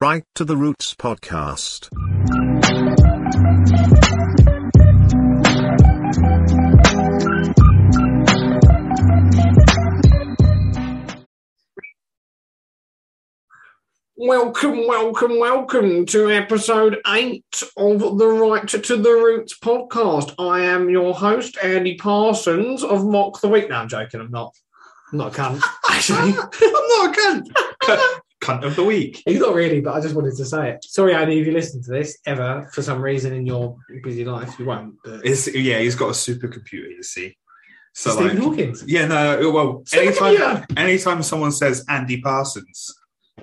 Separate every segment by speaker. Speaker 1: Right to the Roots podcast.
Speaker 2: Welcome, welcome, welcome to episode eight of the Right to the Roots podcast. I am your host, Andy Parsons of Mock the Week. No, I'm joking, I'm not. I'm not a cunt, actually. I'm not a cunt.
Speaker 3: cunt of the week.
Speaker 2: He's not really, but I just wanted to say it. Sorry, Andy, if you listen to this ever for some reason in your busy life, you won't. But
Speaker 3: It's, yeah, he's got a supercomputer, you see. So
Speaker 2: Stephen
Speaker 3: like,
Speaker 2: Hawking.
Speaker 3: yeah, no, well, anytime,
Speaker 2: Supercomputer!
Speaker 3: anytime someone says Andy Parsons,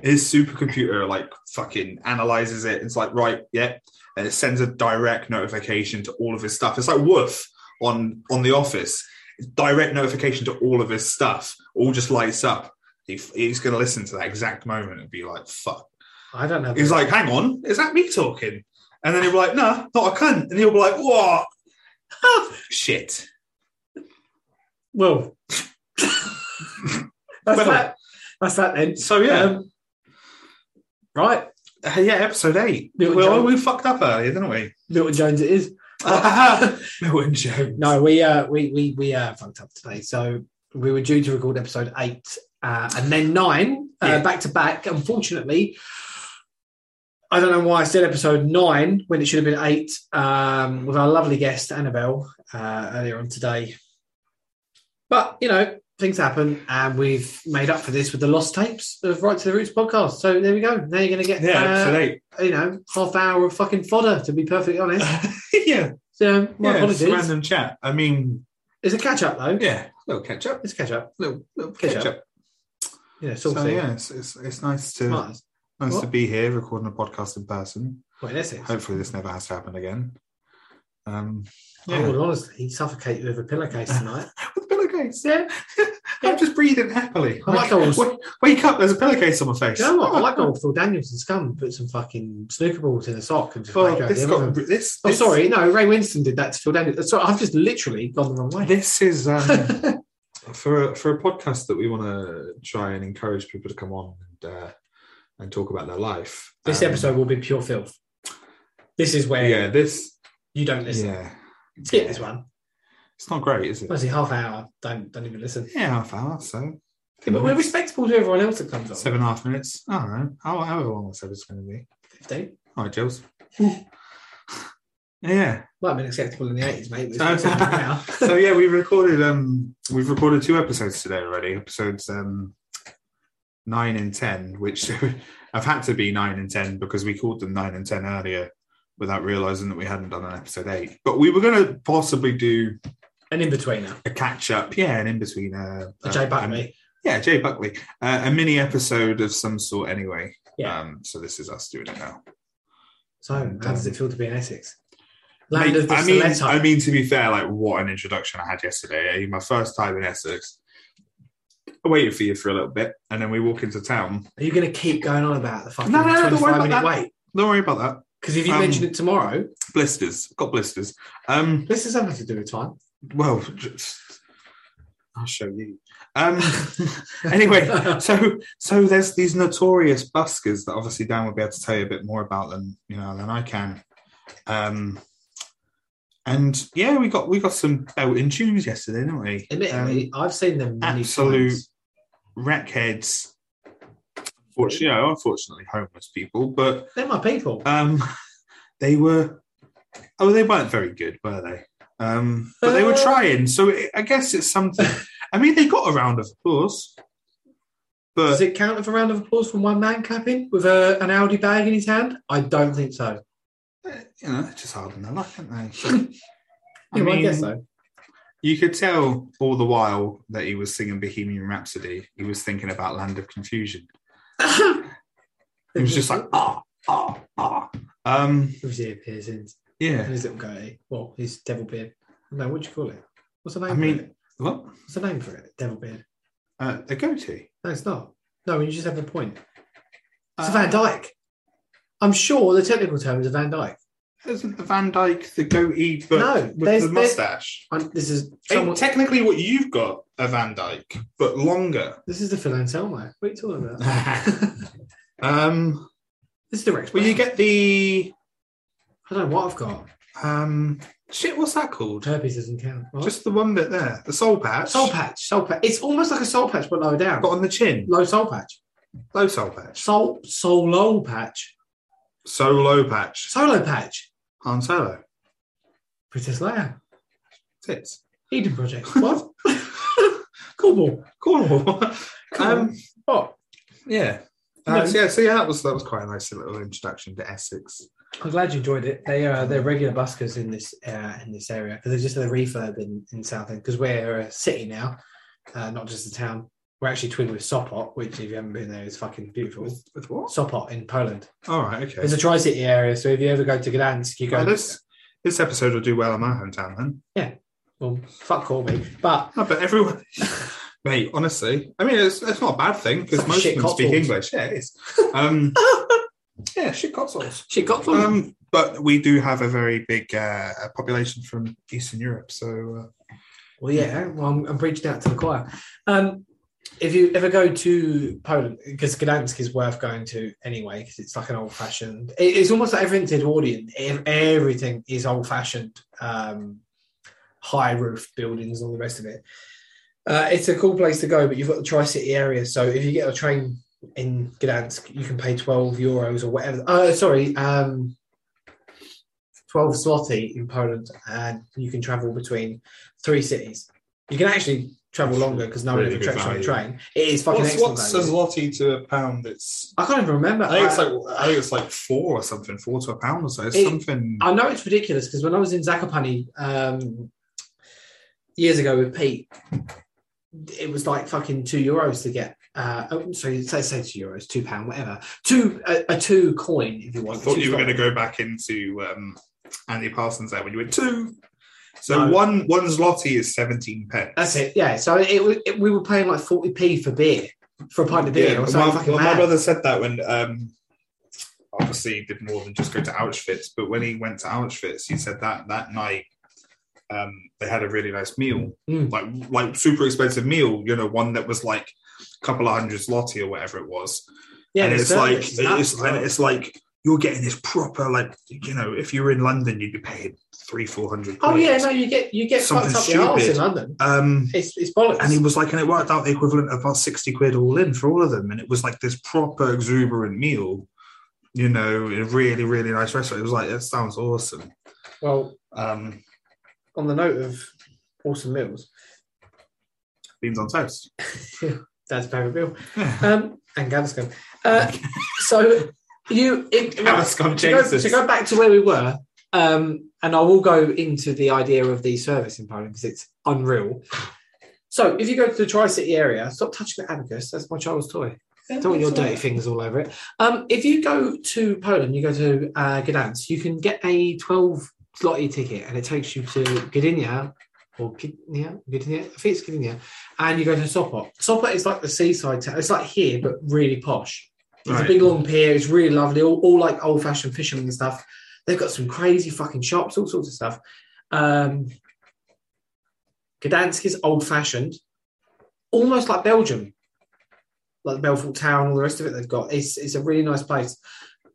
Speaker 3: his supercomputer like fucking analyzes it. It's like right, yeah, and it sends a direct notification to all of his stuff. It's like Woof on on The Office. Direct notification to all of his stuff. All just lights up. He, he's going to listen to that exact moment and be like, "Fuck."
Speaker 2: I don't know.
Speaker 3: He's like, hang on, is that me talking? And then he'll be like, nah, not a cunt. And he'll be like, what? Shit.
Speaker 2: Well, that's
Speaker 3: Well.
Speaker 2: that. That's that then.
Speaker 3: So yeah,
Speaker 2: Um, right,
Speaker 3: Uh, yeah, episode eight.
Speaker 2: Little
Speaker 3: well,
Speaker 2: Joe.
Speaker 3: we fucked up earlier, didn't we?
Speaker 2: Milton Jones, it is.
Speaker 3: Milton Jones.
Speaker 2: No, we uh, we we we uh, fucked up today. So we were due to record episode eight uh, and then nine uh,
Speaker 3: Yeah.
Speaker 2: back to back. Unfortunately, I don't know why I said episode nine when it should have been eight um, with our lovely guest Annabelle uh, earlier on today. But you know things happen, and we've made up for this with the lost tapes of Right to the Roots podcast. So there we go. Now you're going to get
Speaker 3: Yeah, episode eight.
Speaker 2: uh, you know half hour of fucking fodder. To be perfectly honest,
Speaker 3: yeah,
Speaker 2: so my
Speaker 3: yeah it's
Speaker 2: apologies.
Speaker 3: random chat. I mean,
Speaker 2: It's a catch up though.
Speaker 3: yeah, little catch up.
Speaker 2: It's a catch up.
Speaker 3: Little, little
Speaker 2: Catch
Speaker 3: catch,
Speaker 2: up.
Speaker 3: up.
Speaker 2: Yeah, sort
Speaker 3: So
Speaker 2: of.
Speaker 3: yeah, it's, it's, it's nice to
Speaker 2: Smart.
Speaker 3: nice to
Speaker 2: What?
Speaker 3: be here recording a podcast in person.
Speaker 2: Well, that's it.
Speaker 3: Hopefully, this never has to happen again. Um,
Speaker 2: I would honestly suffocate with a pillowcase tonight.
Speaker 3: with a pillowcase.
Speaker 2: yeah.
Speaker 3: I'm just breathing happily. I'm
Speaker 2: Like
Speaker 3: like,
Speaker 2: I was-
Speaker 3: wake, wake up, there's a pillowcase on my face.
Speaker 2: Do you know what? I like old Phil Danielson's come and put some fucking snooker balls in a sock and just
Speaker 3: Oh,
Speaker 2: like go
Speaker 3: this
Speaker 2: the
Speaker 3: got
Speaker 2: other-
Speaker 3: this.
Speaker 2: Oh,
Speaker 3: this-
Speaker 2: sorry. No, Ray Winston did that to Phil Danielson. Sorry, I've just literally gone the wrong way.
Speaker 3: This is um, for a, for a podcast that we want to try and encourage people to come on and uh, and talk about their life.
Speaker 2: this
Speaker 3: Um,
Speaker 2: episode will be pure filth. This is where
Speaker 3: Yeah, this.
Speaker 2: you don't listen.
Speaker 3: Yeah,
Speaker 2: Skip this one.
Speaker 3: it's not great, is it?
Speaker 2: Honestly, half hour. Don't don't even listen.
Speaker 3: Yeah, half hour. So
Speaker 2: But we're respectable to everyone else that comes on.
Speaker 3: seven and a half minutes. I don't know. How however long this episode's going to be.
Speaker 2: Fifteen.
Speaker 3: All right, Jules. yeah.
Speaker 2: Might have been acceptable in the eighties, mate. but it's
Speaker 3: So-
Speaker 2: acceptable now.
Speaker 3: so yeah, we recorded um we've recorded two episodes today already, episodes um nine and ten, which have had to be nine and ten because we called them nine and ten earlier without realizing that we hadn't done an episode eight. But we were gonna possibly do
Speaker 2: An in betweener.
Speaker 3: a catch up, yeah, and in between uh,
Speaker 2: A
Speaker 3: uh,
Speaker 2: Jay
Speaker 3: um,
Speaker 2: Buckley.
Speaker 3: yeah, Jay Buckley. Uh, a mini episode of some sort anyway.
Speaker 2: Yeah.
Speaker 3: Um so this is us doing it now.
Speaker 2: So, how does it feel to be in Essex? Land
Speaker 3: oh, Mate,
Speaker 2: of the
Speaker 3: I mean,
Speaker 2: stiletto.
Speaker 3: I mean, to be fair, like what an introduction I had yesterday. Eh? My first time in Essex. I waited for you for a little bit, and then we walk into town.
Speaker 2: Are you going to keep going on about the fucking
Speaker 3: No, no, no, don't
Speaker 2: 25
Speaker 3: worry about
Speaker 2: minute
Speaker 3: that.
Speaker 2: wait?
Speaker 3: Don't worry about that.
Speaker 2: Because if you
Speaker 3: Um,
Speaker 2: mention it tomorrow,
Speaker 3: Blisters, got blisters. Um,
Speaker 2: this has nothing to do with time.
Speaker 3: well, just- I'll show you. Um, anyway, so so there's these notorious buskers that obviously Dan will be able to tell you a bit more about than you know than I can. Um, and yeah, we got we got some belting tunes yesterday, didn't we? Um,
Speaker 2: admittedly, I've seen them many
Speaker 3: absolute-
Speaker 2: times.
Speaker 3: Rackheads, unfortunately, you know, unfortunately, homeless people, but
Speaker 2: They're my people.
Speaker 3: um, they were, oh, they weren't very good, were they? Um, but they were
Speaker 2: Uh.
Speaker 3: trying, so it, I guess it's something. I mean, they got a round of applause, but
Speaker 2: Does it count as a round of applause from one man clapping with a, an Audi bag in his hand? I don't think so.
Speaker 3: uh, you know, they're just hard on their luck, aren't they? I
Speaker 2: Yeah, well, I
Speaker 3: mean,
Speaker 2: guess so.
Speaker 3: you could tell all the while that he was singing Bohemian Rhapsody, he was thinking about Land of Confusion. He was just like, ah, ah, ah. Um,
Speaker 2: With his ear piercings
Speaker 3: yeah.
Speaker 2: and his little goatee. Well, his devil beard. No, what do you call it? What's the name
Speaker 3: I
Speaker 2: for
Speaker 3: mean-
Speaker 2: it?
Speaker 3: What?
Speaker 2: What's the name for it? Devil beard.
Speaker 3: Uh, a goatee.
Speaker 2: No, it's not. No, you just have a point. It's a
Speaker 3: Uh,
Speaker 2: Van Dyke. I'm sure the technical term is a Van Dyke.
Speaker 3: Isn't the Van Dyke the goatee, but
Speaker 2: No,
Speaker 3: with
Speaker 2: there's-
Speaker 3: the mustache?
Speaker 2: i this is
Speaker 3: Ain't
Speaker 2: someone,
Speaker 3: technically what you've got a Van Dyke, but longer.
Speaker 2: this is the Phil Anselmo. What are you talking about?
Speaker 3: um,
Speaker 2: This is the Rex.
Speaker 3: Well, you
Speaker 2: Brown.
Speaker 3: get the
Speaker 2: I don't know what I've got.
Speaker 3: um shit. What's that called?
Speaker 2: Herpes doesn't count. What?
Speaker 3: Just the one bit there, the soul patch.
Speaker 2: soul patch. Soul patch. It's almost like a soul patch, but lower down.
Speaker 3: Got on the chin,
Speaker 2: Low soul patch.
Speaker 3: low soul patch,
Speaker 2: Soul solo patch.
Speaker 3: solo patch,
Speaker 2: Solo patch.
Speaker 3: Han Solo.
Speaker 2: Princess Leia.
Speaker 3: Tits.
Speaker 2: Eden Project. What? cool ball.
Speaker 3: Cool. um,
Speaker 2: What?
Speaker 3: yeah.
Speaker 2: No.
Speaker 3: Uh, so yeah, so yeah, that was that was quite a nice little introduction to Essex.
Speaker 2: I'm glad you enjoyed it. They are they're regular buskers in this uh, in this area because they're just a refurb in in Southend because we're a city now, uh, not just a town. We're actually twinned with Sopot, which if you haven't been there is fucking beautiful.
Speaker 3: With, with what?
Speaker 2: Sopot in Poland.
Speaker 3: All right, okay.
Speaker 2: It's a tri-city area, so if you ever go to Gdansk, you go.
Speaker 3: Well, this this episode will do well in my hometown then.
Speaker 2: Well, fuck Corby, but
Speaker 3: No, but everyone, mate, honestly, I mean, it's, it's not a bad thing because
Speaker 2: Like
Speaker 3: most
Speaker 2: shit
Speaker 3: of them speak
Speaker 2: Cotswolds.
Speaker 3: English. Yeah, it is. Um, yeah, shit Cotswolds.
Speaker 2: she got them.
Speaker 3: Um, but we do have a very big uh, population from Eastern Europe, so uh,
Speaker 2: Well, yeah. Well, I'm, I'm preaching out to the choir. Um, if you ever go to Poland, because Gdansk is worth going to anyway, because it's like an old-fashioned. it- it's almost like everything to Edwardian. Ev- Everything is old-fashioned, um, high roof buildings, and all the rest of it. Uh, it's a cool place to go, but you've got the tri-city area. So if you get a train in Gdansk, you can pay twelve euros or whatever. Oh, sorry, um, twelve zloty in Poland, and you can travel between three cities. You can actually travel longer because no one
Speaker 3: Really
Speaker 2: ever
Speaker 3: good
Speaker 2: tracks you on a
Speaker 3: value.
Speaker 2: train. It is
Speaker 3: uh,
Speaker 2: fucking excellent. value.
Speaker 3: zloty to a pound? It's
Speaker 2: I can't even remember. I,
Speaker 3: like I think it's like four or something, four to a pound or so. It's
Speaker 2: It-
Speaker 3: something.
Speaker 2: I know it's ridiculous because when I was in Zakopane um, years ago with Pete, it was like fucking two euros to get. Uh, oh, sorry, say say two euros, two pound, whatever. Two a, a two coin if you
Speaker 3: I
Speaker 2: want.
Speaker 3: thought
Speaker 2: Two
Speaker 3: you were
Speaker 2: coin.
Speaker 3: going to go back into um, Andy Parsons there when you went two. So
Speaker 2: No.
Speaker 3: one one zloty is seventeen pence.
Speaker 2: That's it. Yeah. So it, was- it we were paying like forty p for beer for a pint of beer or something.
Speaker 3: my,
Speaker 2: fucking
Speaker 3: well, my
Speaker 2: mad.
Speaker 3: brother said that when um, obviously he did more than just go to Auschwitz, but when he went to Auschwitz, he said that that night um, they had a really nice meal,
Speaker 2: Mm.
Speaker 3: like like super expensive meal, you know, one that was like a couple of hundred zloty or whatever it was,
Speaker 2: yeah,
Speaker 3: and
Speaker 2: the
Speaker 3: it's like
Speaker 2: service is nuts
Speaker 3: it's,
Speaker 2: as well.
Speaker 3: and it's like you're getting this proper like you know if you were in London you'd be paying three four hundred.
Speaker 2: oh yeah, no, you get you get
Speaker 3: Something
Speaker 2: fucked up your arse in
Speaker 3: stupid.
Speaker 2: London.
Speaker 3: Um,
Speaker 2: It's it's bollocks.
Speaker 3: and he was like, and it worked out the equivalent of about 60 quid all in for all of them. And it was like this proper exuberant meal, you know, in a really, really nice restaurant. It was like, that sounds awesome.
Speaker 2: well,
Speaker 3: Um,
Speaker 2: on the note of awesome meals,
Speaker 3: beans on toast.
Speaker 2: Dad's favourite meal.
Speaker 3: Yeah.
Speaker 2: um, and Gaviscon. Uh, so you it, right,
Speaker 3: Gaviscon
Speaker 2: to, go,
Speaker 3: Ah, Jesus.
Speaker 2: to go back to where we were, um, and I will go into the idea of the service in Poland because it's unreal. So if you go to the Tri-City area, stop touching the abacus. That's my child's toy. Don't want your dirty fingers all over it. Um, if you go to Poland, you go to uh, Gdansk, you can get a 12 slotty ticket and it takes you to Gdynia or Gdynia, Gdynia, I think it's Gdynia, and you go to Sopot. Sopot is like the seaside town. It's like here, but really posh. It's a
Speaker 3: Right.
Speaker 2: big long pier. It's really lovely. All, all like old fashioned fishermen and stuff. They've got some crazy fucking shops, all sorts of stuff. Um, Gdansk is old fashioned, almost like Belgium, like Belfort Town, all the rest of it they've got. It's, it's a really nice place.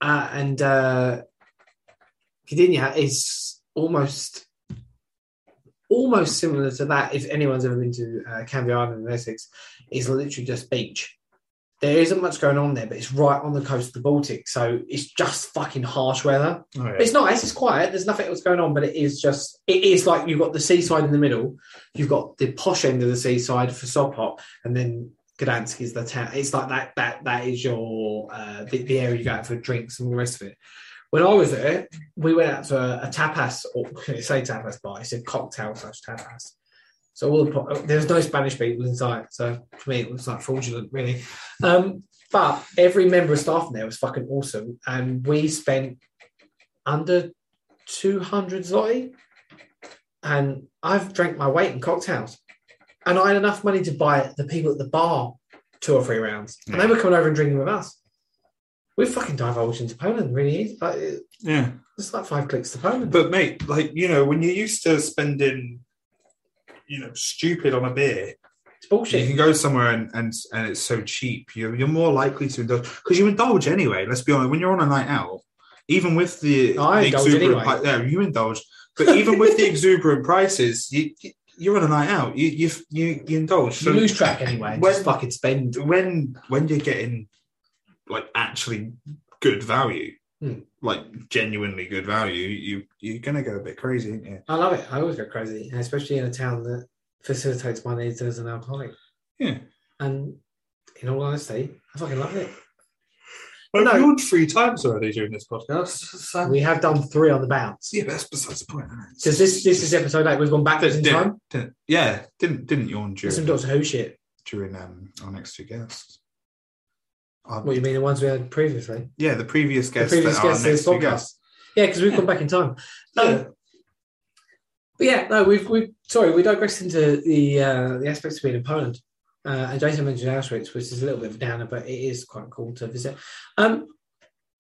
Speaker 2: Uh, and uh, Gdynia is almost almost similar to that. If anyone's ever been to uh, Canvey Island in Essex, it's literally just beach. There isn't much going on there, but it's right on the coast of the Baltic, so it's just fucking harsh weather.
Speaker 3: Oh, yeah.
Speaker 2: But It's nice, it's quiet. There's nothing else going on, but it is just it is like you've got the seaside in the middle, you've got the posh end of the seaside for Sopot, and then Gdansk is the town. It's like that that that is your uh, the, the area you go out for drinks and all the rest of it. When I was there, we went out to a, a tapas, or it say tapas bar, it's a cocktail slash tapas. So all the po- there's no Spanish people inside, so for me it was like fraudulent, really. Um, but every member of staff in there was fucking awesome, and we spent under 200 zloty, and I've drank my weight in cocktails, and I had enough money to buy the people at the bar two or three rounds, and they were coming over and drinking with us. We fucking divulged into Poland, really. easy. Like, it-
Speaker 3: yeah.
Speaker 2: it's like five clicks to Poland.
Speaker 3: But, mate, like, you know, when you're used to spending, you know, stupid on a beer,
Speaker 2: It's
Speaker 3: You
Speaker 2: bullshit.
Speaker 3: can go somewhere and and, and it's so cheap. You're, you're more likely to indulge because you indulge anyway. Let's be honest. When you're on a night out, even with the,
Speaker 2: I
Speaker 3: the
Speaker 2: indulge anyway.
Speaker 3: pri- yeah, you indulge. But even with the exuberant prices, you you- you're on a night out. You you you, you indulge. So
Speaker 2: You lose track anyway. and
Speaker 3: When-
Speaker 2: just fucking spend.
Speaker 3: when when you're getting like actually good value,
Speaker 2: Hmm.
Speaker 3: like genuinely good value, you you're gonna go a bit crazy, aren't you?
Speaker 2: I love it. I always go crazy, and especially in a town that facilitates my needs as an alcoholic.
Speaker 3: Yeah.
Speaker 2: And in all honesty, I fucking love it.
Speaker 3: I've
Speaker 2: No.
Speaker 3: yawned three times already during this podcast. So-
Speaker 2: We have done three on the bounce.
Speaker 3: yeah, but that's besides the point. isn't it?
Speaker 2: So this this is episode eight. We've gone backwards in
Speaker 3: Didn't-
Speaker 2: time.
Speaker 3: didn't- yeah, didn't didn't yawn
Speaker 2: There's some
Speaker 3: during
Speaker 2: Doctor Who shit.
Speaker 3: during um, our next two guests. Our-
Speaker 2: What you mean the ones we had previously?
Speaker 3: yeah, the previous guests
Speaker 2: previous
Speaker 3: that are
Speaker 2: guests
Speaker 3: our next
Speaker 2: this
Speaker 3: two
Speaker 2: podcast.
Speaker 3: guests.
Speaker 2: Yeah, because we've
Speaker 3: Yeah.
Speaker 2: gone back in time. No, But yeah, no, we've we sorry, we digressed into the uh, the aspects of being in Poland. Uh, and Jason mentioned Auschwitz, which is a little bit of a downer, but it is quite cool to visit. Um,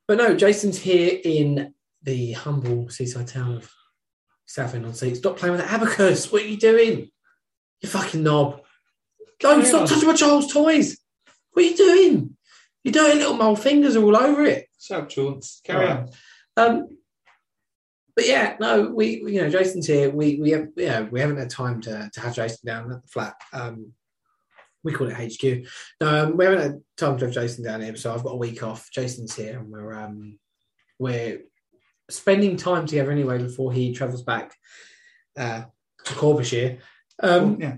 Speaker 2: but no, Jason's here in the humble seaside town of Southend on Sea. Stop playing with the abacus. What are you doing? You fucking knob. Don't
Speaker 3: Hang
Speaker 2: stop
Speaker 3: on.
Speaker 2: touching my child's toys. What are you doing? You're dirty little mole fingers are all over it.
Speaker 3: Shut up, Chance.
Speaker 2: Um, but yeah, no, we we- you know Jason's here. We we have yeah we haven't had time to to have Jason down at the flat. Um, we call it HQ. No, um, we haven't had time to have Jason down here, so I've got a week off. Jason's here, and we're um we're spending time together anyway before he travels back uh, to Corbyshire. Um,
Speaker 3: yeah.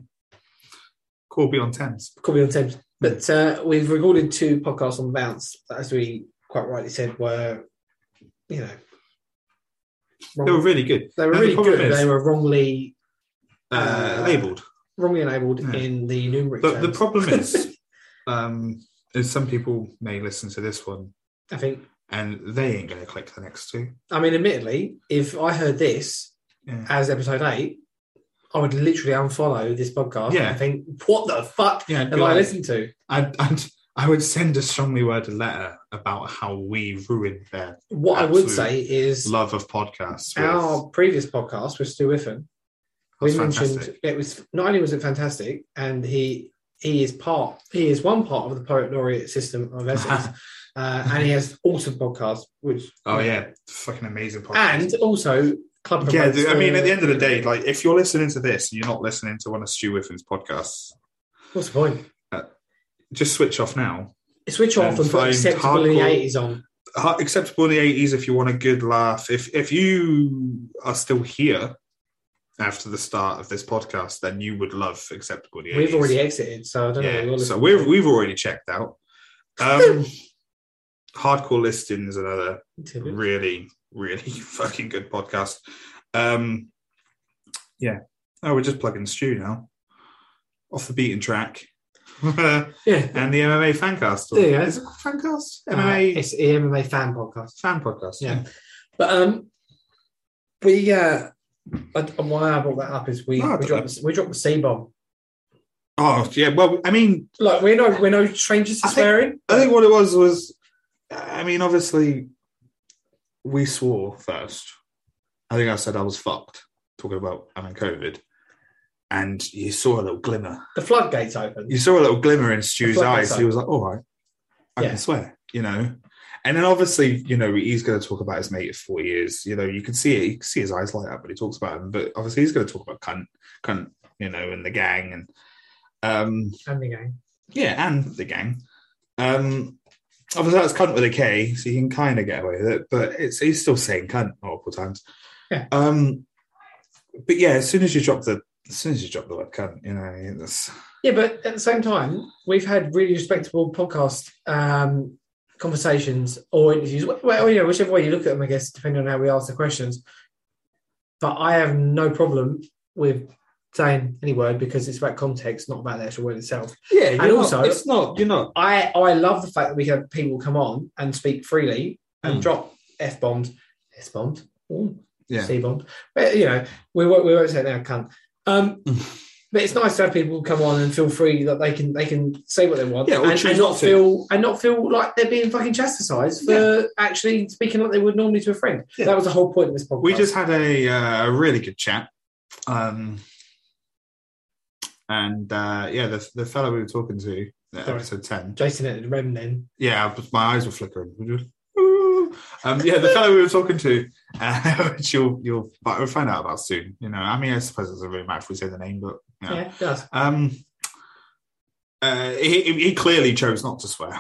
Speaker 3: Corby on Thames.
Speaker 2: Corby on Thames. But uh, we've recorded two podcasts on the bounce, that, as we quite rightly said, were, you know, wrong-
Speaker 3: They were really good.
Speaker 2: they were
Speaker 3: no, the
Speaker 2: really
Speaker 3: problem
Speaker 2: good.
Speaker 3: is-
Speaker 2: They were wrongly
Speaker 3: Uh,
Speaker 2: Uh,
Speaker 3: labeled.
Speaker 2: wrongly enabled
Speaker 3: Yeah.
Speaker 2: in the numeric.
Speaker 3: But the
Speaker 2: terms,
Speaker 3: problem is, um, is some people may listen to this one
Speaker 2: I think,
Speaker 3: and they ain't going to click the next two.
Speaker 2: I mean, admittedly, if I heard this
Speaker 3: Yeah.
Speaker 2: as episode eight, I would literally unfollow this podcast
Speaker 3: Yeah.
Speaker 2: and think, what the fuck
Speaker 3: Yeah,
Speaker 2: have I listened to?
Speaker 3: I'd, I'd, I would send a strongly worded letter about how we ruined their
Speaker 2: What I would
Speaker 3: Absolute
Speaker 2: say is
Speaker 3: love of podcasts. with-
Speaker 2: our previous podcast with Stu Whiffen, we
Speaker 3: That's
Speaker 2: mentioned
Speaker 3: fantastic.
Speaker 2: it was not only was it fantastic, and he he is part he is one part of the poet laureate system of Essex, uh, and he has awesome podcasts, which
Speaker 3: Oh yeah, fucking amazing podcast.
Speaker 2: and also club. uh,
Speaker 3: yeah,
Speaker 2: promotes
Speaker 3: dude, I mean, at the end of the day, like if you're listening to this, and you're not listening to one of Stu Whiffen's podcasts.
Speaker 2: what's the point?
Speaker 3: Just switch off now.
Speaker 2: Switch off
Speaker 3: And
Speaker 2: and put
Speaker 3: find
Speaker 2: acceptable in the
Speaker 3: hardcore-
Speaker 2: eighties on.
Speaker 3: Uh, Acceptable in the eighties if you want a good laugh. If if you are still here after the start of this podcast, then you would love Acceptable in the
Speaker 2: We've
Speaker 3: 80s.
Speaker 2: already exited, so I don't know.
Speaker 3: yeah.
Speaker 2: what
Speaker 3: So
Speaker 2: we'll-
Speaker 3: we've we've already checked out. Um, Hardcore listing is another really really fucking good podcast um yeah oh we're just plugging stew now off the beaten track and
Speaker 2: yeah.
Speaker 3: the mma fancast
Speaker 2: There you go.
Speaker 3: is it called fancast
Speaker 2: Uh,
Speaker 3: mma
Speaker 2: it's the MMA fan podcast.
Speaker 3: fan podcast
Speaker 2: Yeah. But um, we uh, and and why I brought that up is we
Speaker 3: No, I
Speaker 2: we
Speaker 3: don't
Speaker 2: dropped we dropped the C bomb.
Speaker 3: oh yeah well i mean
Speaker 2: Look, we're no we're no strangers to
Speaker 3: I think-
Speaker 2: swearing.
Speaker 3: i think what it was was i mean obviously we swore first i think i said i was fucked talking about i mean covid and you saw a little glimmer
Speaker 2: the floodgates open.
Speaker 3: you saw a little glimmer in Stu's
Speaker 2: That's what I
Speaker 3: eyes.
Speaker 2: said.
Speaker 3: He was like, "All right, I
Speaker 2: Yeah.
Speaker 3: can swear," you know. And then obviously, you know, he's going to talk about his mate of four years. You know, you can see it. You can see his eyes light up when he talks about him. But obviously, he's going to talk about cunt, cunt, you know, and the gang, and um,
Speaker 2: And the game.
Speaker 3: yeah, and the gang. Um, obviously, that's cunt with a K, so you can kind of get away with it. But it's he's still saying cunt multiple times.
Speaker 2: Yeah.
Speaker 3: Um, but yeah, as soon as you drop the, as soon as you drop the word cunt, you know, that's
Speaker 2: Yeah, but at the same time, we've had really respectable podcast um, conversations or interviews. wh- Well, you know, whichever way you look at them, I guess, depending on how we ask the questions. But I have no problem with saying any word because it's about context, not about the actual word itself.
Speaker 3: yeah.
Speaker 2: you're not- it's
Speaker 3: not you're not
Speaker 2: I I love the fact that we have people come on and speak freely and
Speaker 3: Mm.
Speaker 2: drop f bombs, s bombs,
Speaker 3: Yeah.
Speaker 2: c bombs. But you know, we won't we won't say it now, cunt. Um,
Speaker 3: Mm.
Speaker 2: but it's nice to have people come on and feel free that they can they can say what they want
Speaker 3: Yeah, or
Speaker 2: and,
Speaker 3: choose
Speaker 2: and not
Speaker 3: not to.
Speaker 2: feel and not feel like they're being fucking chastised for actually speaking like they would normally to a friend.
Speaker 3: Yeah.
Speaker 2: That was the whole point of this podcast.
Speaker 3: We just had a uh, a really good chat. Um, And uh, yeah, the, the fellow we were talking to, uh,
Speaker 2: Sorry.
Speaker 3: episode 10,
Speaker 2: Jason at the REM then.
Speaker 3: yeah, but my eyes were flickering. Um, yeah, the fellow we were talking to, uh, which you'll you'll but we'll find out about soon. You know, I mean, I suppose it doesn't really matter if we say the name, but you
Speaker 2: Yeah,
Speaker 3: know.
Speaker 2: it does.
Speaker 3: um, uh, he he he clearly chose not to swear.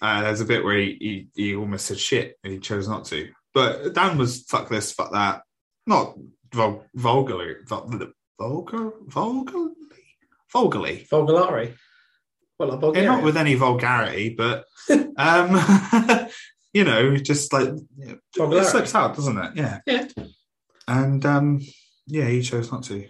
Speaker 3: Uh, there's a bit where he, he he almost said shit, and he chose not to. But Dan was fuck this, fuck that, not vul- vulgarly, vul- vulgar, vulgarly, vulgarly.
Speaker 2: Volgolari. Well, like
Speaker 3: Yeah,
Speaker 2: Bulgaria.
Speaker 3: not with any vulgarity, but um, you know, just like it
Speaker 2: Vulgarity.
Speaker 3: slips out, doesn't it? Yeah.
Speaker 2: Yeah.
Speaker 3: And um, yeah, he chose not to.
Speaker 2: Yeah,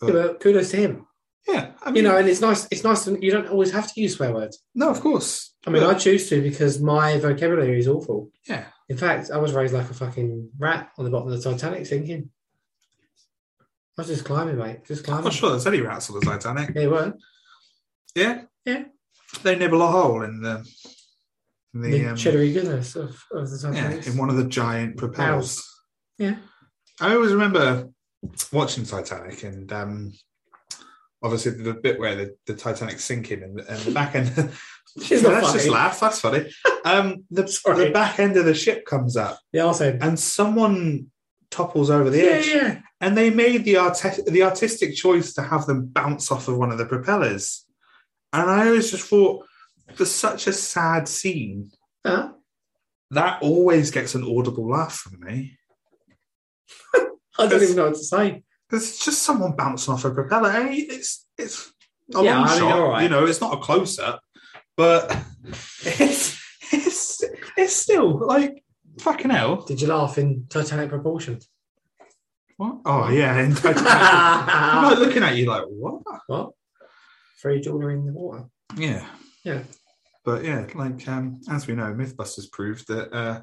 Speaker 2: but kudos to him.
Speaker 3: Yeah, I
Speaker 2: You
Speaker 3: mean,
Speaker 2: know, and it's nice. It's nice. that You don't always have to use swear words.
Speaker 3: no, of course.
Speaker 2: I mean,
Speaker 3: But-
Speaker 2: I choose to because my vocabulary is awful.
Speaker 3: yeah,
Speaker 2: In fact, I was raised like a fucking rat on the bottom of the Titanic sinking. I was just climbing, mate. Just
Speaker 3: I'm
Speaker 2: climbing.
Speaker 3: not sure there's any rats on the Titanic.
Speaker 2: Yeah, you weren't.
Speaker 3: Yeah,
Speaker 2: Yeah.
Speaker 3: They nibble a hole in the in
Speaker 2: The,
Speaker 3: the, um,
Speaker 2: cheddary goodness of, of the
Speaker 3: yeah,
Speaker 2: Titanic.
Speaker 3: in one of the giant propellers.
Speaker 2: Yeah.
Speaker 3: I always remember watching Titanic and um, obviously the bit where the, the Titanic's sinking and, and the back end.
Speaker 2: It's not
Speaker 3: Let's just
Speaker 2: funny.
Speaker 3: laugh. That's funny. Um, the,
Speaker 2: Sorry.
Speaker 3: the back end of the ship comes up
Speaker 2: The arsehole.
Speaker 3: and someone topples over the
Speaker 2: Yeah,
Speaker 3: edge.
Speaker 2: yeah.
Speaker 3: And they made the, arti- the artistic choice to have them bounce off of one of the propellers. And I always just thought, for such a sad scene,
Speaker 2: Huh?
Speaker 3: that always gets an audible laugh from me.
Speaker 2: I don't
Speaker 3: That's-
Speaker 2: even know what to say.
Speaker 3: There's just someone bouncing off a propeller. I mean, it's it's a
Speaker 2: Yeah,
Speaker 3: long
Speaker 2: I mean,
Speaker 3: shot.
Speaker 2: all right.
Speaker 3: You know, it's not a close up, but it's it's it's still like fucking hell.
Speaker 2: Did you laugh in Titanic proportion?
Speaker 3: What? Oh yeah, and I'm like
Speaker 2: what?
Speaker 3: looking at you like what?
Speaker 2: Free jewellery in the water.
Speaker 3: Yeah,
Speaker 2: Yeah.
Speaker 3: But yeah, like um, as we know, MythBusters proved that uh,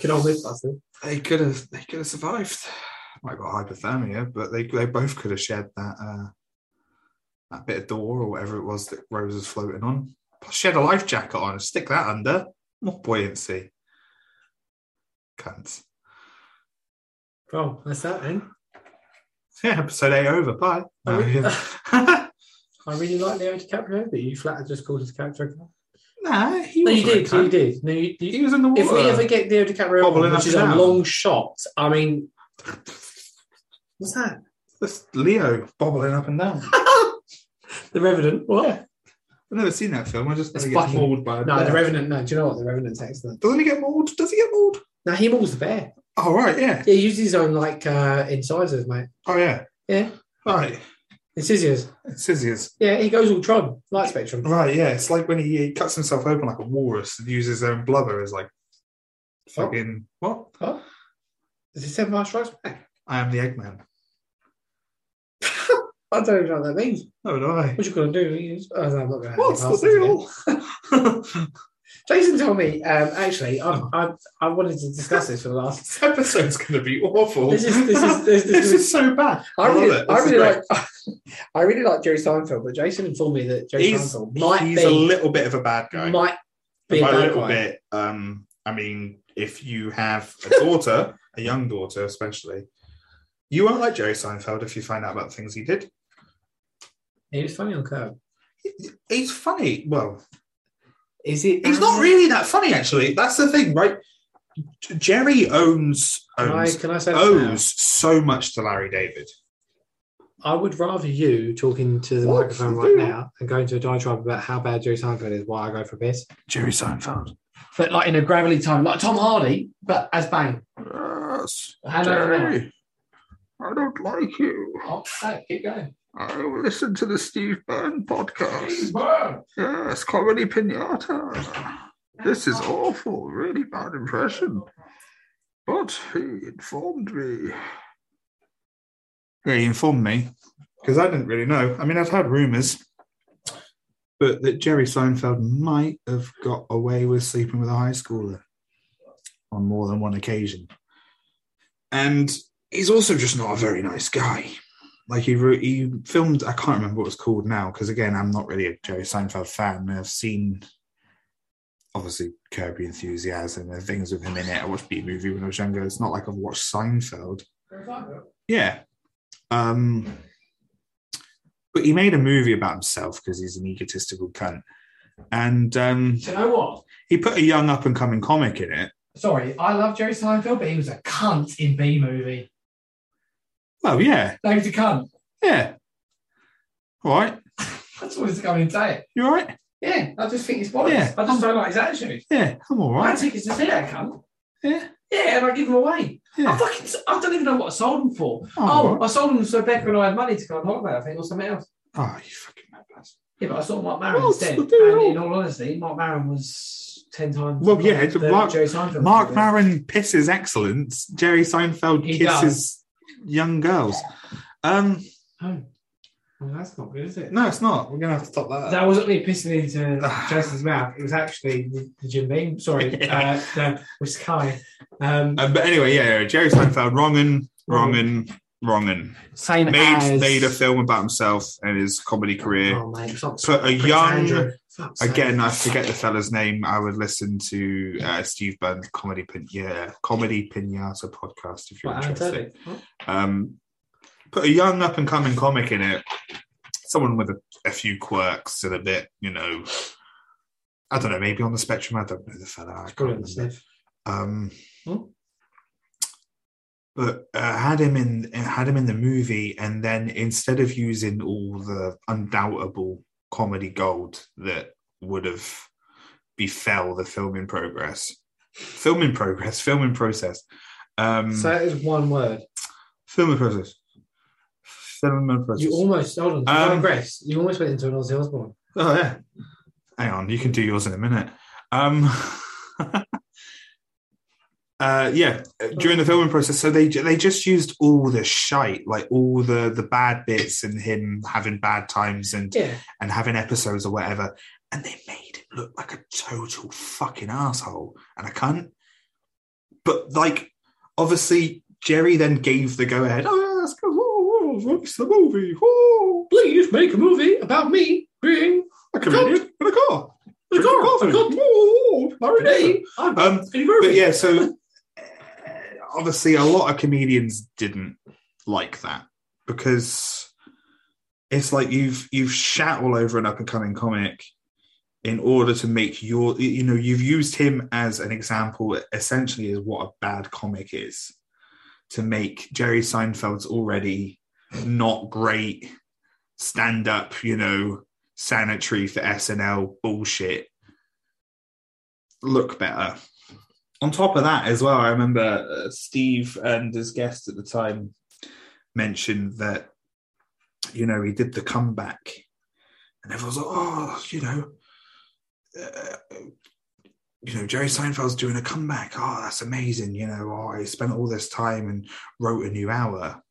Speaker 2: Good old Mythbusters.
Speaker 3: they could have they could have survived. Might have got hypothermia, but they they both could have shared that uh, that bit of door or whatever it was that Rose was floating on. Shed a life jacket on and stick that under. More buoyancy. Cunts.
Speaker 2: Well, Oh, that's that then.
Speaker 3: Yeah, episode eight over. Bye.
Speaker 2: I,
Speaker 3: No,
Speaker 2: re-
Speaker 3: yeah. nah,
Speaker 2: I really like Leo DiCaprio, but you flat out just called his character. a cunt.
Speaker 3: he
Speaker 2: No, you
Speaker 3: wasn't a
Speaker 2: did. You
Speaker 3: cunt.
Speaker 2: did. No, you, you,
Speaker 3: He was in the water.
Speaker 2: If we ever get Leo DiCaprio,
Speaker 3: Bobbling
Speaker 2: on,
Speaker 3: up
Speaker 2: which is
Speaker 3: and
Speaker 2: a
Speaker 3: down.
Speaker 2: long shot, I mean, what's that?
Speaker 3: That's Leo bobbling up and down.
Speaker 2: The Revenant. What?
Speaker 3: I've never seen that film. I just know
Speaker 2: It's
Speaker 3: he gets
Speaker 2: fucking-
Speaker 3: mauled by a
Speaker 2: No,
Speaker 3: bear.
Speaker 2: the Revenant. No, do you know what? The Revenant's excellent.
Speaker 3: Doesn't he get mauled? Does he get mauled?
Speaker 2: Now he mauls the bear.
Speaker 3: Oh, right, yeah.
Speaker 2: Yeah, he uses his own like uh, incisors, mate.
Speaker 3: Oh, yeah.
Speaker 2: Yeah,
Speaker 3: Right.
Speaker 2: incisors.
Speaker 3: Scissors.
Speaker 2: Yeah, he goes all Tron, light spectrum.
Speaker 3: Right, yeah. It's like when he, he cuts himself open like a walrus and uses his own blubber as like
Speaker 2: Oh.
Speaker 3: fucking what?
Speaker 2: Huh? Is it Seven Fire Strikes Back?
Speaker 3: I am the Eggman.
Speaker 2: I don't even know what that means.
Speaker 3: Oh, do I?
Speaker 2: What you gonna do? You just- Oh, no, I'm not gonna. have
Speaker 3: What's
Speaker 2: any passes again.
Speaker 3: the
Speaker 2: Jason told me. Um, actually, I, I I wanted to discuss this for the
Speaker 3: deal?
Speaker 2: last.
Speaker 3: this episode's going to be awful.
Speaker 2: This is this is this, this
Speaker 3: This
Speaker 2: is
Speaker 3: is so bad.
Speaker 2: I really,
Speaker 3: love it.
Speaker 2: I
Speaker 3: This is
Speaker 2: really
Speaker 3: great.
Speaker 2: like, I really like Jerry Seinfeld, but Jason informed me that Jerry
Speaker 3: He's,
Speaker 2: Seinfeld might
Speaker 3: he's
Speaker 2: be
Speaker 3: a little bit of a bad guy.
Speaker 2: might be
Speaker 3: And
Speaker 2: a
Speaker 3: by a
Speaker 2: bad
Speaker 3: little
Speaker 2: guy.
Speaker 3: bit, um, I mean, if you have a daughter, a young daughter especially, you won't like Jerry Seinfeld if you find out about the things he did.
Speaker 2: He was funny on Curb.
Speaker 3: He's funny. Well,
Speaker 2: Is it?
Speaker 3: he's not really that funny, actually. That's the thing, right? J- Jerry owns
Speaker 2: Can I,
Speaker 3: owns,
Speaker 2: can I say this now?
Speaker 3: owes so much to Larry David.
Speaker 2: I would rather you talking to the
Speaker 3: What?
Speaker 2: microphone right now and going to a diatribe about how bad Jerry Seinfeld is while I go for a piss,
Speaker 3: Jerry Seinfeld.
Speaker 2: but like in a gravelly tone, like Tom Hardy, but as bang.
Speaker 3: Yes,
Speaker 2: Hello, hello.
Speaker 3: I don't like you.
Speaker 2: Oh, no, keep going.
Speaker 3: I will listen to the Steve Byrne podcast.
Speaker 2: Burn.
Speaker 3: Yes, comedy pinata. This is awful, really bad impression. But he informed me. Yeah, he informed me. Because I didn't really know. I mean, I've had rumours, but that Jerry Seinfeld might have got away with sleeping with a high schooler on more than one occasion. And he's also just not a very nice guy. Like he wrote, he filmed. I can't remember what it's called now because again, I'm not really a Jerry Seinfeld fan. I've seen obviously Curb Your Enthusiasm and things with him in it. I watched B Movie when I was younger. It's not like I've watched Seinfeld. Yeah. Um, But he made a movie about himself because he's an egotistical cunt. And um,
Speaker 2: Do you know what?
Speaker 3: he put a young up and coming comic in it.
Speaker 2: Sorry, I love Jerry Seinfeld, but he was a cunt in B movie.
Speaker 3: Well, yeah,
Speaker 2: No, he was a cunt.
Speaker 3: yeah. All right.
Speaker 2: That's always coming and say it.
Speaker 3: You all right?
Speaker 2: Yeah, I just think it's bollocks.
Speaker 3: Yeah.
Speaker 2: I just don't like his attitude.
Speaker 3: Yeah, I'm all
Speaker 2: I
Speaker 3: right.
Speaker 2: had tickets to see that cunt.
Speaker 3: Yeah.
Speaker 2: Yeah, and I give them away. I
Speaker 3: Yeah.
Speaker 2: fucking, I don't even know what I sold them for.
Speaker 3: I'm all
Speaker 2: Oh,
Speaker 3: right.
Speaker 2: I sold them so Becca and I had money to go on holiday, I think, or something else.
Speaker 3: Oh, you fucking mad bastard.
Speaker 2: Yeah, but I saw Mark Maron
Speaker 3: Well,
Speaker 2: instead.
Speaker 3: it's the deal.
Speaker 2: And in all honesty, Mark Maron was 10 times.
Speaker 3: Well, yeah,
Speaker 2: the
Speaker 3: Mark-
Speaker 2: Jerry Seinfeld
Speaker 3: Mark
Speaker 2: movie.
Speaker 3: Maron pisses excellence. Jerry Seinfeld
Speaker 2: He
Speaker 3: kisses young girls. Um,
Speaker 2: Oh, well, that's not good, is it?
Speaker 3: no, it's not. We're gonna have to stop that.
Speaker 2: That wasn't me pissing into Jason's mouth. It was actually the, the Jim Beam. Sorry, uh, no, was Sky. Um,
Speaker 3: Um, but anyway, yeah, yeah, Jerry Seinfeld, wrongin, wrongin, wrongin.
Speaker 2: same
Speaker 3: Made
Speaker 2: as
Speaker 3: made a film about himself and his comedy career.
Speaker 2: Oh, mate, stop.
Speaker 3: Put a young
Speaker 2: Fuck's sake.
Speaker 3: again, I forget the fella's name. I would listen to uh, Steve Burns comedy pin yeah comedy pinata podcast if you're
Speaker 2: What, Alan Tudyk?
Speaker 3: interested.
Speaker 2: What?
Speaker 3: Um, put a young up and coming comic in it, someone with a, a few quirks and a bit, you know. I don't know, maybe on the spectrum. I don't know the fella. I
Speaker 2: Go on,
Speaker 3: can't remember.
Speaker 2: Steve.
Speaker 3: Um,
Speaker 2: Hmm?
Speaker 3: but uh, had him in had him in the movie, and then instead of using all the undoubtable comedy gold that would have befell the film in progress, film in progress, film in process, um,
Speaker 2: So that is one word.
Speaker 3: film in process, film in process.
Speaker 2: You almost hold on. You
Speaker 3: Um,
Speaker 2: digress. You almost went into an Ozzy Osbourne.
Speaker 3: oh yeah, hang on, you can do yours in a minute. Um, Uh, yeah, during the filming process, so they they just used all the shite, like all the the bad bits, and him having bad times and
Speaker 2: Yeah,
Speaker 3: and having episodes or whatever, and they made him look like a total fucking asshole and a cunt. But like, obviously, Jerry then gave the go ahead. Oh, yeah, that's good. Oh, oh, it's the movie. Oh,
Speaker 2: please make a movie about me being
Speaker 3: I committed in a car.
Speaker 2: a
Speaker 3: Drinking coffee.
Speaker 2: god.
Speaker 3: Oh, oh, oh,
Speaker 2: Hey, I'm
Speaker 3: Um,
Speaker 2: Eddie
Speaker 3: but
Speaker 2: Murphy.
Speaker 3: yeah, so uh, obviously a lot of comedians didn't like that because it's like you've you've shat all over an up and coming comic in order to make your you know you've used him as an example essentially is what a bad comic is to make Jerry Seinfeld's already not great stand up you know sanitary for SNL bullshit look better on top of that as well, I remember uh, Steve and his guest at the time mentioned that you know he did the comeback, and everyone's like, oh, you know, uh, you know Jerry Seinfeld's doing a comeback. Oh, that's amazing. You know, oh, he spent all this time and wrote a new hour,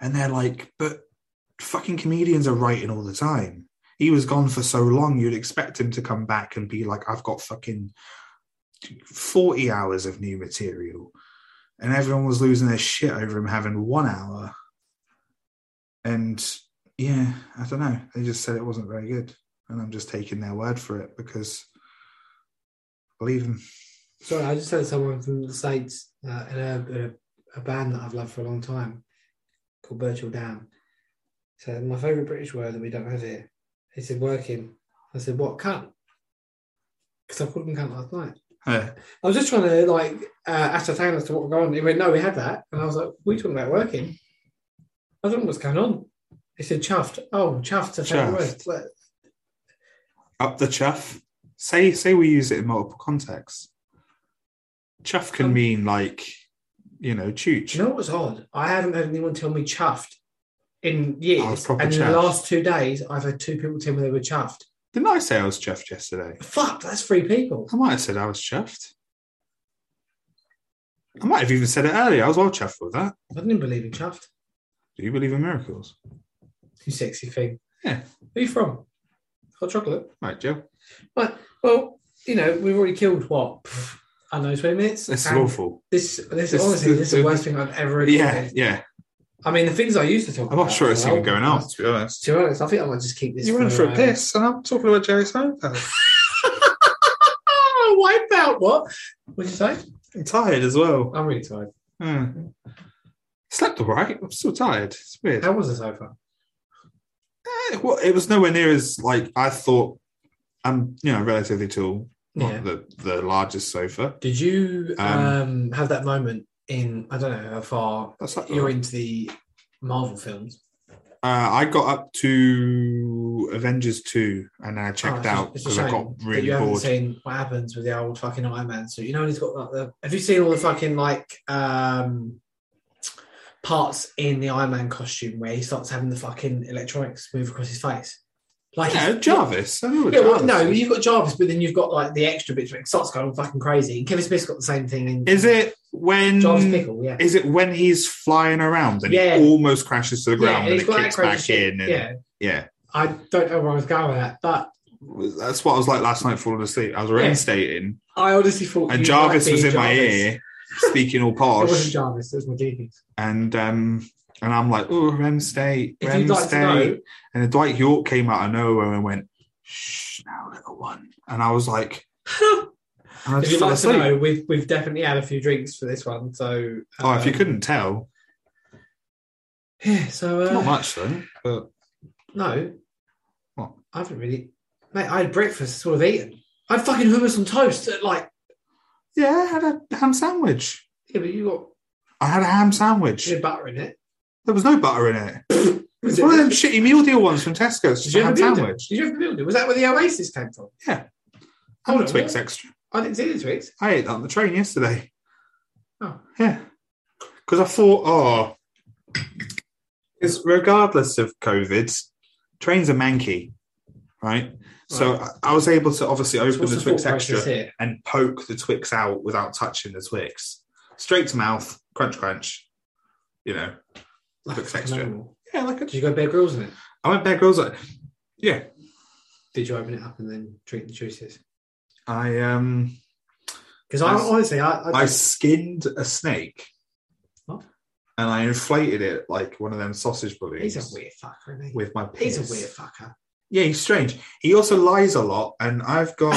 Speaker 3: and they're like, but fucking comedians are writing all the time. He was gone for so long, you'd expect him to come back and be like, I've got fucking 40 hours of new material and everyone was losing their shit over him having one hour and yeah i don't know they just said it wasn't very good and i'm just taking their word for it because believe him
Speaker 2: Sorry, I just had someone from the States uh, in a, a, a band that I've loved for a long time called Virtual Down. So my favourite British word that we don't have here. He said working. I said, what cunt? Because I called him cunt last night.
Speaker 3: Uh,
Speaker 2: I was just trying to like uh, ascertain as to what was going on. He went, no, we had that. And I was like, what are you talking about working? I don't know what's going on. He said, chuffed. Oh, chuffed. I
Speaker 3: Chuffed.
Speaker 2: think it was.
Speaker 3: up the chuff say say we use it in multiple contexts chuff can
Speaker 2: Um,
Speaker 3: mean like you know chooch
Speaker 2: Do you know what's odd? I haven't had anyone tell me chuffed in
Speaker 3: I was
Speaker 2: years.
Speaker 3: Oh, proper
Speaker 2: and in the
Speaker 3: chuffed.
Speaker 2: last two days, I've had two people tell me they were chuffed.
Speaker 3: didn't i say i was chuffed yesterday
Speaker 2: Fuck, that's three people.
Speaker 3: I might have said I was chuffed. I might have even said it earlier. I was well chuffed with that.
Speaker 2: I didn't believe in chuffed.
Speaker 3: Do you believe in miracles?
Speaker 2: You sexy thing.
Speaker 3: Yeah.
Speaker 2: Where you from? Hot chocolate.
Speaker 3: Right, Joe.
Speaker 2: Right. Well, you know, we've already killed what? Pff, I don't know, 20 minutes.
Speaker 3: This is
Speaker 2: And
Speaker 3: awful.
Speaker 2: This, this,
Speaker 3: This-
Speaker 2: honestly, this is the
Speaker 3: this-
Speaker 2: worst thing I've ever
Speaker 3: Yeah,
Speaker 2: recorded.
Speaker 3: yeah.
Speaker 2: I mean, the things I used to talk
Speaker 3: I'm
Speaker 2: about.
Speaker 3: not sure it's
Speaker 2: are
Speaker 3: even
Speaker 2: old
Speaker 3: going
Speaker 2: ones.
Speaker 3: on, to be honest.
Speaker 2: To be honest, I think I might just keep this.
Speaker 3: You're running for a
Speaker 2: uh,
Speaker 3: piss, and I'm talking about Jerry Seinfeld.
Speaker 2: Wipe out Ah, what? What'd you say?
Speaker 3: I'm tired as well.
Speaker 2: I'm really tired.
Speaker 3: Hmm. Slept all right. I'm still tired. It's weird.
Speaker 2: How was the sofa?
Speaker 3: Eh, well, it was nowhere near as like I thought. I'm you know relatively tall, not
Speaker 2: Yeah.
Speaker 3: the the largest sofa.
Speaker 2: Did you um,
Speaker 3: Um,
Speaker 2: have that moment in I don't know how far
Speaker 3: That's like
Speaker 2: you're into the Marvel films?
Speaker 3: Uh, I got up to Avengers two, and I
Speaker 2: Oh,
Speaker 3: checked
Speaker 2: it's a-
Speaker 3: out
Speaker 2: it's a
Speaker 3: because I
Speaker 2: shame
Speaker 3: got
Speaker 2: that
Speaker 3: really
Speaker 2: you haven't
Speaker 3: bored.
Speaker 2: seen what happens with the old fucking Iron Man suit. You know, he's got like the. Have you seen all the fucking like um parts in the Iron Man costume where he starts having the fucking electronics move across his face? Like
Speaker 3: yeah,
Speaker 2: it's-
Speaker 3: Jarvis. I know what
Speaker 2: Yeah, well,
Speaker 3: Jarvis
Speaker 2: no,
Speaker 3: is.
Speaker 2: you've got Jarvis, but then you've got like the extra bits where it starts going fucking crazy. And Kevin Smith's got the same thing in
Speaker 3: Is it when?
Speaker 2: Jarvis Pickle, yeah.
Speaker 3: Is it when he's flying around and
Speaker 2: Yeah.
Speaker 3: he almost crashes to the ground
Speaker 2: he's
Speaker 3: and it
Speaker 2: got that
Speaker 3: kicks
Speaker 2: crazy
Speaker 3: back
Speaker 2: shit.
Speaker 3: in? And,
Speaker 2: yeah,
Speaker 3: yeah.
Speaker 2: I don't know where I was going with that, but
Speaker 3: That's what I was like last night falling asleep. I was reinstating,
Speaker 2: I honestly thought
Speaker 3: and
Speaker 2: you
Speaker 3: Jarvis
Speaker 2: might be
Speaker 3: was in my
Speaker 2: Jarvis.
Speaker 3: ear speaking all
Speaker 2: It wasn't
Speaker 3: posh,
Speaker 2: Jarvis; it was McGee's.
Speaker 3: and um, and I'm like, oh, REM state,
Speaker 2: If
Speaker 3: REM
Speaker 2: you'd like
Speaker 3: state,
Speaker 2: to know,
Speaker 3: and then Dwight York came out of nowhere and went, "Shh, now, little one," and I was like, and I
Speaker 2: if
Speaker 3: just
Speaker 2: you'd
Speaker 3: fell
Speaker 2: like to
Speaker 3: asleep.
Speaker 2: know, we've we've definitely had a few drinks for this one. So,
Speaker 3: Oh, if you
Speaker 2: um,
Speaker 3: couldn't tell,
Speaker 2: yeah. So uh,
Speaker 3: not much though. But
Speaker 2: no,
Speaker 3: What?
Speaker 2: I haven't really. Mate, I had breakfast, sort of eaten. I had fucking hummus on toast. At like,
Speaker 3: yeah, I had a ham sandwich.
Speaker 2: yeah, but you got
Speaker 3: I had a ham sandwich.
Speaker 2: you had butter in it.
Speaker 3: There was no butter in it.
Speaker 2: Was
Speaker 3: It's
Speaker 2: it-
Speaker 3: one of them shitty meal deal ones from Tesco. It's
Speaker 2: Did
Speaker 3: just
Speaker 2: you
Speaker 3: a
Speaker 2: ever
Speaker 3: ham
Speaker 2: build
Speaker 3: sandwich.
Speaker 2: it? Did you ever build it? Was that where the Oasis came from?
Speaker 3: And
Speaker 2: Hold on,
Speaker 3: Twix
Speaker 2: what?
Speaker 3: extra.
Speaker 2: I didn't see the Twix.
Speaker 3: I ate that on the train yesterday.
Speaker 2: Oh.
Speaker 3: Yeah. Because I thought, oh, because regardless of COVID, trains are manky, right? So I, I was able to obviously
Speaker 2: So
Speaker 3: open
Speaker 2: what's
Speaker 3: the
Speaker 2: thought
Speaker 3: Twix
Speaker 2: process
Speaker 3: extra
Speaker 2: here?
Speaker 3: and poke the Twix out without touching the Twix. Straight to mouth, crunch, crunch. You know,
Speaker 2: Like
Speaker 3: Twix
Speaker 2: a fucking
Speaker 3: extra.
Speaker 2: animal.
Speaker 3: yeah, like a,
Speaker 2: Did you go Bear grills in it?
Speaker 3: I went Bear Grylls. Like, yeah,
Speaker 2: Did you open it up and then drink the juices?
Speaker 3: I um,
Speaker 2: Because I
Speaker 3: I s-
Speaker 2: honestly, I, I,
Speaker 3: I skinned a snake,
Speaker 2: What?
Speaker 3: and I inflated it like one of them sausage
Speaker 2: he's
Speaker 3: balloons
Speaker 2: a weird fucker. Isn't he?
Speaker 3: with my
Speaker 2: he's
Speaker 3: piss.
Speaker 2: a weird fucker.
Speaker 3: Yeah, he's strange. He also lies a lot, and I've got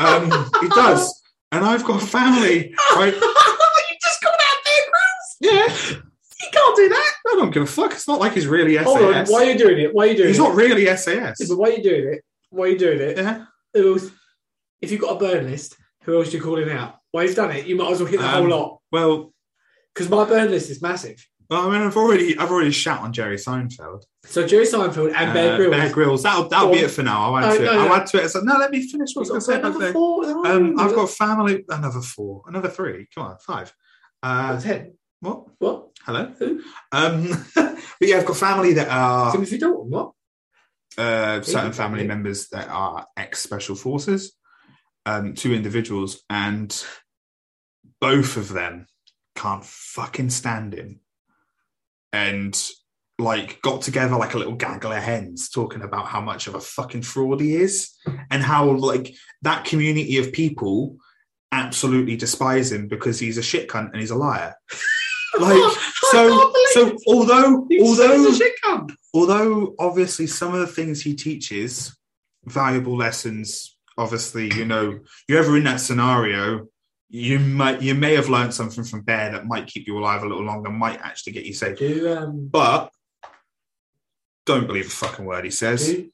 Speaker 3: um, he does, and I've got family. Right?
Speaker 2: you just called out Bear Grylls.
Speaker 3: Yeah,
Speaker 2: You can't do that.
Speaker 3: I don't give a fuck. It's not like he's really SAS.
Speaker 2: Hold on. Why are you doing it? Why are you doing
Speaker 3: he's
Speaker 2: it?
Speaker 3: not really SAS.
Speaker 2: Yeah, but why are you doing it? Why are you doing it?
Speaker 3: Yeah.
Speaker 2: Who else? If you've got a burn list, who else are you calling out? Why you've done it, you might as well hit the whole
Speaker 3: Um,
Speaker 2: lot.
Speaker 3: Well,
Speaker 2: Because my burn list is massive.
Speaker 3: I mean, I've already, I've already shout on Jerry Seinfeld
Speaker 2: So Jerry Seinfeld and
Speaker 3: Uh,
Speaker 2: Bear Grylls.
Speaker 3: Bear Grylls. That'll, that'll be
Speaker 2: Or-
Speaker 3: it for now. I'll
Speaker 2: No,
Speaker 3: add to
Speaker 2: no,
Speaker 3: it. I'll
Speaker 2: no.
Speaker 3: add to it. It's like, no, let me finish what I was going to say about
Speaker 2: another
Speaker 3: Bear.
Speaker 2: four.
Speaker 3: Um, I've got family. Oh, Another four. Another three. Come on, five. Uh,
Speaker 2: ten.
Speaker 3: what?
Speaker 2: What?
Speaker 3: Hello.
Speaker 2: Who?
Speaker 3: Um, but yeah, I've got family that are
Speaker 2: Timothy Dalton. What?
Speaker 3: uh, certain
Speaker 2: Even
Speaker 3: family
Speaker 2: family.
Speaker 3: members that are ex special forces, um, two individuals, and both of them can't fucking stand him. And like got together like a little gaggle of hens talking about how much of a fucking fraud he is and how like that community of people absolutely despise him because he's a shit cunt and he's a liar. Like so so although although
Speaker 2: a shit cunt.
Speaker 3: although obviously some of the things he teaches valuable lessons obviously you know you're ever in that scenario you might you may have learned something from bear that might keep you alive a little longer might actually get you safe
Speaker 2: Do um
Speaker 3: but don't believe a fucking word he says
Speaker 2: do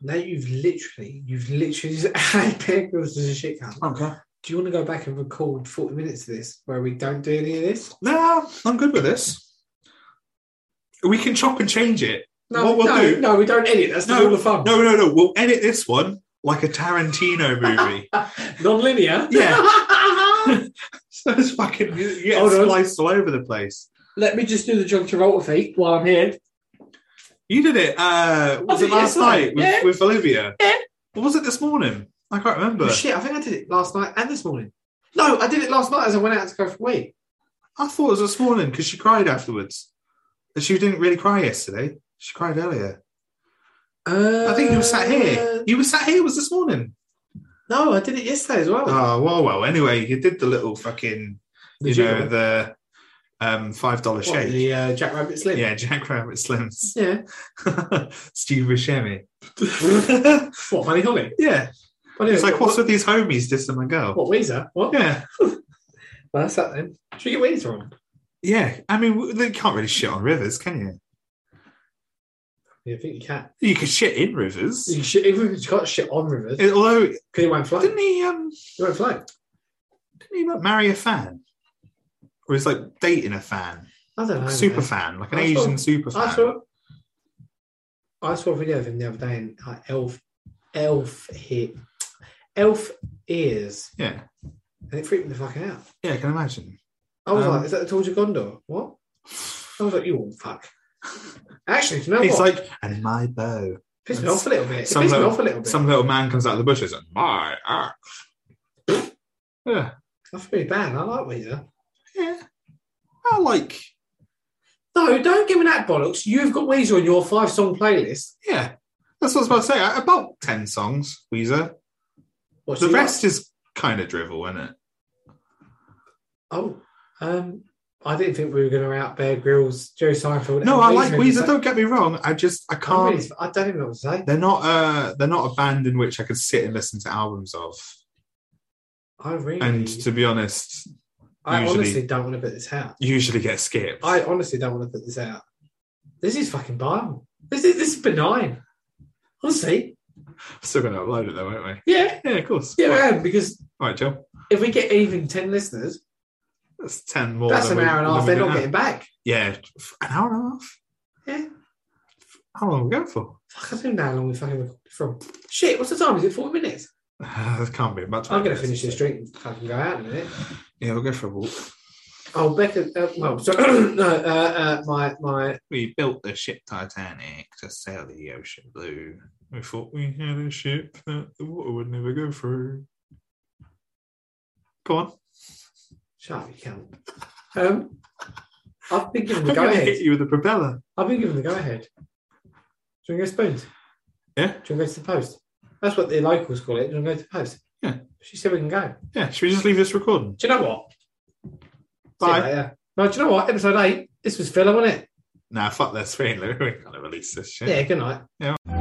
Speaker 2: now you've literally you've literally just had Bear Grylls as a shit cunt.
Speaker 3: okay
Speaker 2: Do you want to go back and record forty minutes of this where we don't do any of this?
Speaker 3: no i'm good with this we can chop and change it What we'll
Speaker 2: no,
Speaker 3: do-
Speaker 2: no, we don't edit. That's not
Speaker 3: No,
Speaker 2: all the fun.
Speaker 3: no no no we'll edit this one like a tarantino movie
Speaker 2: non-linear.
Speaker 3: Yeah. so it's fucking you you get
Speaker 2: Hold on.
Speaker 3: sliced all over the place
Speaker 2: Let me just do the John Travolta feat while I'm here.
Speaker 3: You did it. Uh, was
Speaker 2: did
Speaker 3: it
Speaker 2: it
Speaker 3: last
Speaker 2: yesterday.
Speaker 3: night with,
Speaker 2: Oh, Yeah.
Speaker 3: with Olivia?
Speaker 2: Yeah.
Speaker 3: Or was it this morning? I can't remember.
Speaker 2: Shit, I think I did it last night and this morning. No, I did it last night as I went out to go for a week.
Speaker 3: I thought it was this morning because she cried afterwards. And she didn't really cry yesterday. She cried earlier.
Speaker 2: Uh,
Speaker 3: I think you were sat here. You were sat here. Was this morning?
Speaker 2: No, I did it yesterday as well.
Speaker 3: Oh well, well. Anyway, you did the little fucking,
Speaker 2: Did
Speaker 3: you
Speaker 2: you?
Speaker 3: know, the um five dollar
Speaker 2: What,
Speaker 3: shake.
Speaker 2: the uh, Jack Rabbit Slim.
Speaker 3: Yeah, Jack Rabbit Slims.
Speaker 2: Yeah.
Speaker 3: Steve Buscemi.
Speaker 2: What, Money Holly?
Speaker 3: yeah,
Speaker 2: Money
Speaker 3: it's
Speaker 2: Holly.
Speaker 3: like what's with these homies dissing my girl?
Speaker 2: What, Weezer? What?
Speaker 3: Yeah.
Speaker 2: Well, that's that then. Should we get Weezer on?
Speaker 3: Yeah, I mean, w- they can't really shit on Rivers, can you?
Speaker 2: Yeah, I think you can.
Speaker 3: You could shit in rivers.
Speaker 2: You, shit, you can't shit on rivers because
Speaker 3: Although
Speaker 2: it won't float.
Speaker 3: didn't he um
Speaker 2: It won't float.
Speaker 3: didn't he like marry a fan? Or he's like dating a fan.
Speaker 2: I don't know.
Speaker 3: super
Speaker 2: man.
Speaker 3: fan, like an
Speaker 2: I saw-
Speaker 3: Asian super fan.
Speaker 2: I saw, I saw a video of him the other day, and like elf, elf hit, elf ears,
Speaker 3: Yeah.
Speaker 2: and it freaked me the fuck out.
Speaker 3: Yeah, I can imagine.
Speaker 2: I was
Speaker 3: Um,
Speaker 2: like, "Is that the Torture Gondor? What?" I was like, "You all fuck." Actually, do you know
Speaker 3: It's
Speaker 2: what?
Speaker 3: like and my bow.
Speaker 2: pissed me off a little bit. It pissed
Speaker 3: some
Speaker 2: me
Speaker 3: little-
Speaker 2: off a little bit.
Speaker 3: Some little man comes out of the bushes and my axe. yeah.
Speaker 2: I feel really bad. I like Weezer.
Speaker 3: Yeah. I like
Speaker 2: No, don't give me that bollocks. You've got Weezer on your five song playlist.
Speaker 3: yeah. That's what I was about to say. About ten songs, Weezer.
Speaker 2: What's
Speaker 3: The
Speaker 2: he got?
Speaker 3: rest is kind of drivel, isn't it?
Speaker 2: Oh, um, I didn't think we were going to out Bear Grylls, Jerry Seinfeld.
Speaker 3: No,
Speaker 2: and
Speaker 3: I like Weezer.
Speaker 2: because
Speaker 3: Don't um, get me wrong. I just I
Speaker 2: I, I'm
Speaker 3: can't.
Speaker 2: Oh, really, I don't even know what to say.
Speaker 3: They're not uh they're not a band in which I could sit and listen to albums of.
Speaker 2: I really,
Speaker 3: And to be honest,
Speaker 2: I
Speaker 3: usually-
Speaker 2: honestly don't want to put this out.
Speaker 3: usually get skipped.
Speaker 2: I honestly don't want to put this out. This is fucking vile. This is this is benign. Honestly,
Speaker 3: Still going to upload it though, aren't
Speaker 2: yeah,
Speaker 3: we? Yeah, of course.
Speaker 2: yeah,
Speaker 3: All
Speaker 2: I am, because
Speaker 3: right, Joe.
Speaker 2: if we get even ten listeners,
Speaker 3: That's ten more.
Speaker 2: that's
Speaker 3: than
Speaker 2: an
Speaker 3: we-
Speaker 2: hour and a
Speaker 3: than
Speaker 2: half.
Speaker 3: we
Speaker 2: They're
Speaker 3: did
Speaker 2: not
Speaker 3: now.
Speaker 2: getting back.
Speaker 3: Yeah, f- an hour and a half.
Speaker 2: Yeah.
Speaker 3: How long are we going for?
Speaker 2: Fuck, I don't know how long we fucking recorded from. Shit, what's the time? Is it forty minutes?
Speaker 3: that can't be. About
Speaker 2: I'm
Speaker 3: 20
Speaker 2: gonna finish
Speaker 3: minutes.
Speaker 2: this drink and fucking go out in a minute.
Speaker 3: Yeah, we'll go for a walk.
Speaker 2: Oh, Becca. Uh, well, sorry. no, uh, uh, my my.
Speaker 3: We built the ship Titanic to sail the ocean blue. We thought we had a ship that the water would never go through. Go on.
Speaker 2: Shut up, you cunt. Um, I've been given
Speaker 3: I'm
Speaker 2: the go
Speaker 3: going to
Speaker 2: ahead.
Speaker 3: hit you with a propeller.
Speaker 2: I've been given the go ahead. Do you want to go to Spoons? Do
Speaker 3: Yeah.
Speaker 2: you want to go to the post? That's what the locals call it. Do you want to go to the post?
Speaker 3: Yeah.
Speaker 2: She said we can go.
Speaker 3: Yeah, should we just leave this recording?
Speaker 2: Do you know what? See you
Speaker 3: Bye.
Speaker 2: later. No, do you know what? Episode 8, this was filler, wasn't it?
Speaker 3: Nah, fuck this. We ain't, we ain't going to release this shit.
Speaker 2: Yeah, good night.